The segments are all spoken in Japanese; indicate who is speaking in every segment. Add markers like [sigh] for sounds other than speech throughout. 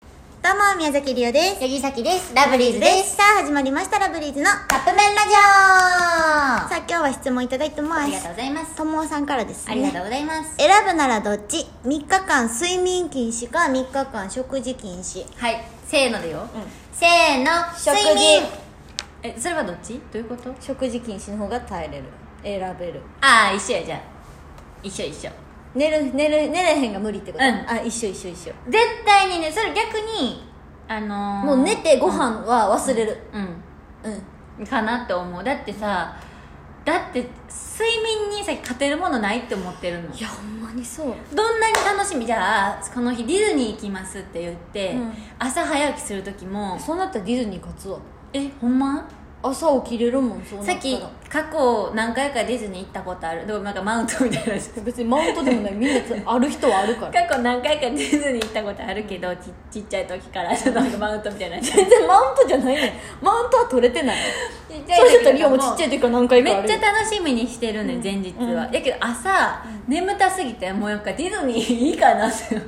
Speaker 1: どうも、宮崎りおです。
Speaker 2: ヤギサキです。ラブリーズです。
Speaker 1: さあ、始まりました、ラブリーズの。さ
Speaker 2: カップ麺ラジ
Speaker 1: あ、今日は質問いただいて
Speaker 2: オあ
Speaker 1: ま
Speaker 2: りがとう
Speaker 1: す。
Speaker 2: ございます。
Speaker 1: ともおさんからですね。
Speaker 2: ありがとうございます。
Speaker 1: 選ぶならどっち ?3 日間睡眠禁止か3日間食事禁止。
Speaker 2: はい、せーのでよ。
Speaker 1: うん
Speaker 2: せーの、
Speaker 1: 食事
Speaker 2: 睡眠え、それはどっちどういうこと
Speaker 1: 食事禁止の方が耐えれる。選べる。
Speaker 2: ああ、一緒や、じゃあ。一緒一緒。
Speaker 1: 寝る、寝る、寝れへんが無理ってこと、
Speaker 2: うん
Speaker 1: あ、一緒一緒一緒。
Speaker 2: 絶対にね、それ逆に、あのー、
Speaker 1: もう寝てご飯は忘れる。
Speaker 2: う
Speaker 1: うん。
Speaker 2: ん、かなって思う。だってさ、だって、睡眠にさ、勝てるものないって思ってるの。
Speaker 1: いや、ほんまにそう。
Speaker 2: どんなに楽しみじゃあこの日ディズニー行きますって言って、
Speaker 1: うん
Speaker 2: 朝早起きする時も
Speaker 1: そうなったらディズニー勝つわ。
Speaker 2: えほんま
Speaker 1: 朝起きれるもん、そうなった
Speaker 2: さ
Speaker 1: ら
Speaker 2: っき過去何回かディズニー行ったことあるでもなんかマウントみたいな
Speaker 1: [laughs]
Speaker 2: やつ
Speaker 1: 別にマウントでもない。みんなある人はあるから。
Speaker 2: 過去何回かディズニー行ったことあるけどちちっちゃい
Speaker 1: [laughs]
Speaker 2: 時からちょっとなんかマウントみたいなやつちっ
Speaker 1: [laughs] 全然マウントじゃないねんマウントは取れてない
Speaker 2: ち
Speaker 1: そうやったらリオもちっちゃ
Speaker 2: い
Speaker 1: い時から何回か
Speaker 2: め
Speaker 1: あ
Speaker 2: っ
Speaker 1: る
Speaker 2: ち
Speaker 1: よ
Speaker 2: ゃ楽しみにしてるね、前日は、
Speaker 1: うん
Speaker 2: だけど朝、眠たすぎてもうなんかディズニーいいかなって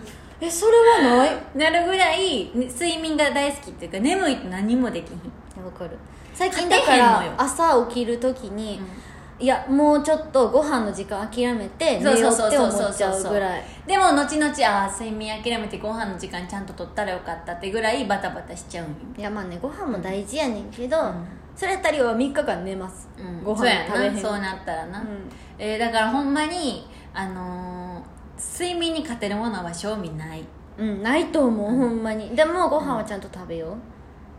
Speaker 1: えそれはない
Speaker 2: なるぐらいね睡眠が大好きっていうか眠いと何もできひん
Speaker 1: わかる最近だ
Speaker 2: 勝て
Speaker 1: か
Speaker 2: へんのよ
Speaker 1: ら朝起きる時に、いやもうちょっとご飯の時間諦めて
Speaker 2: そう
Speaker 1: 寝
Speaker 2: そ
Speaker 1: よ
Speaker 2: う
Speaker 1: う
Speaker 2: そう
Speaker 1: って
Speaker 2: そ
Speaker 1: 思
Speaker 2: うそう
Speaker 1: っちゃうぐらい
Speaker 2: でも後々あー睡眠諦めてご飯の時間ちゃんと取ったらよかったってぐらいバタバタしちゃうんよ
Speaker 1: いやまあねご飯も大事やねんけど、
Speaker 2: うん
Speaker 1: それやったりは3日間寝ます、
Speaker 2: うん
Speaker 1: ご
Speaker 2: そう
Speaker 1: 飯
Speaker 2: や
Speaker 1: 食べへん
Speaker 2: なそうなったらな、
Speaker 1: うん
Speaker 2: えーだからほんまにあのー睡眠に勝てるものは賞味ない
Speaker 1: うんないと思う、ほんまにでもご飯はちゃんと食べよ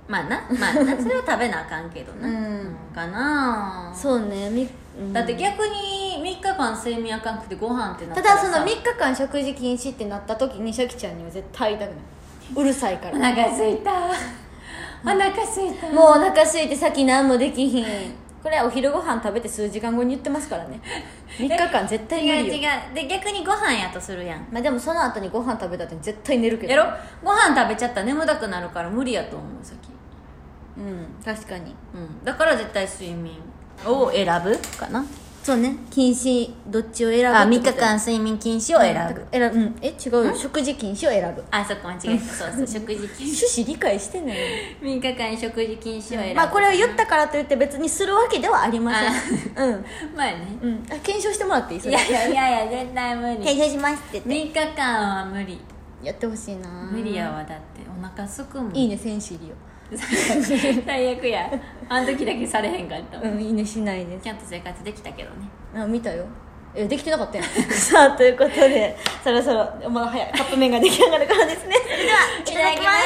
Speaker 1: う、
Speaker 2: まあなまあ [laughs] なそれは食べなあかんけどな、
Speaker 1: うん
Speaker 2: うんかなあ
Speaker 1: そうねみ、うん
Speaker 2: だって逆に3日間睡眠あかんくてご飯ってな
Speaker 1: た
Speaker 2: ったら
Speaker 1: だ
Speaker 2: さ
Speaker 1: その3日間食事禁止ってなった時にシャキちゃんには絶対痛くないうるさいから
Speaker 2: お
Speaker 1: も
Speaker 2: 腹すい [laughs] たお腹すいた
Speaker 1: うお腹空いて先何もできひんこれはお昼ご飯食べて数時間後に言ってますからね3日間絶対無
Speaker 2: 違う
Speaker 1: 理よ
Speaker 2: 違うで逆にご飯やとするやん
Speaker 1: まあでもその後にご飯食べた後に絶対寝るけど
Speaker 2: やろご飯食べちゃったら眠たくなるから無理やと思う先、
Speaker 1: うん確かに
Speaker 2: うん、だから絶対睡眠を選ぶかな
Speaker 1: そうね禁止どっちを選ぶ
Speaker 2: あ
Speaker 1: っ
Speaker 2: 3
Speaker 1: て
Speaker 2: 日
Speaker 1: こと
Speaker 2: 間睡眠禁止を選ぶ、
Speaker 1: 選ぶ、うん、え違うよ食事禁止を選ぶ
Speaker 2: あそこ間違えたそうそう食事禁止
Speaker 1: 趣旨理解してない
Speaker 2: 3日間食事禁止を選ぶ
Speaker 1: まあこれを言ったからといって別にするわけではありませんうん
Speaker 2: まあね
Speaker 1: うんあ検証してもらっていいそ
Speaker 2: い
Speaker 1: れ
Speaker 2: やいやいやいや絶対無理
Speaker 1: 検証しますって言って
Speaker 2: 3日間は無理
Speaker 1: やってほしいな
Speaker 2: 無理やわだってお腹すくもん
Speaker 1: いいね戦士利用
Speaker 2: [laughs] 最悪やあの時だけされへんかったもん
Speaker 1: うんいいねしないです
Speaker 2: ちゃんと生活できたけどね
Speaker 1: あ見たよえできてなか [laughs] ったよさあということでそろそろまだ早いカップ麺が出来上がるからですねそれではい
Speaker 2: ただきます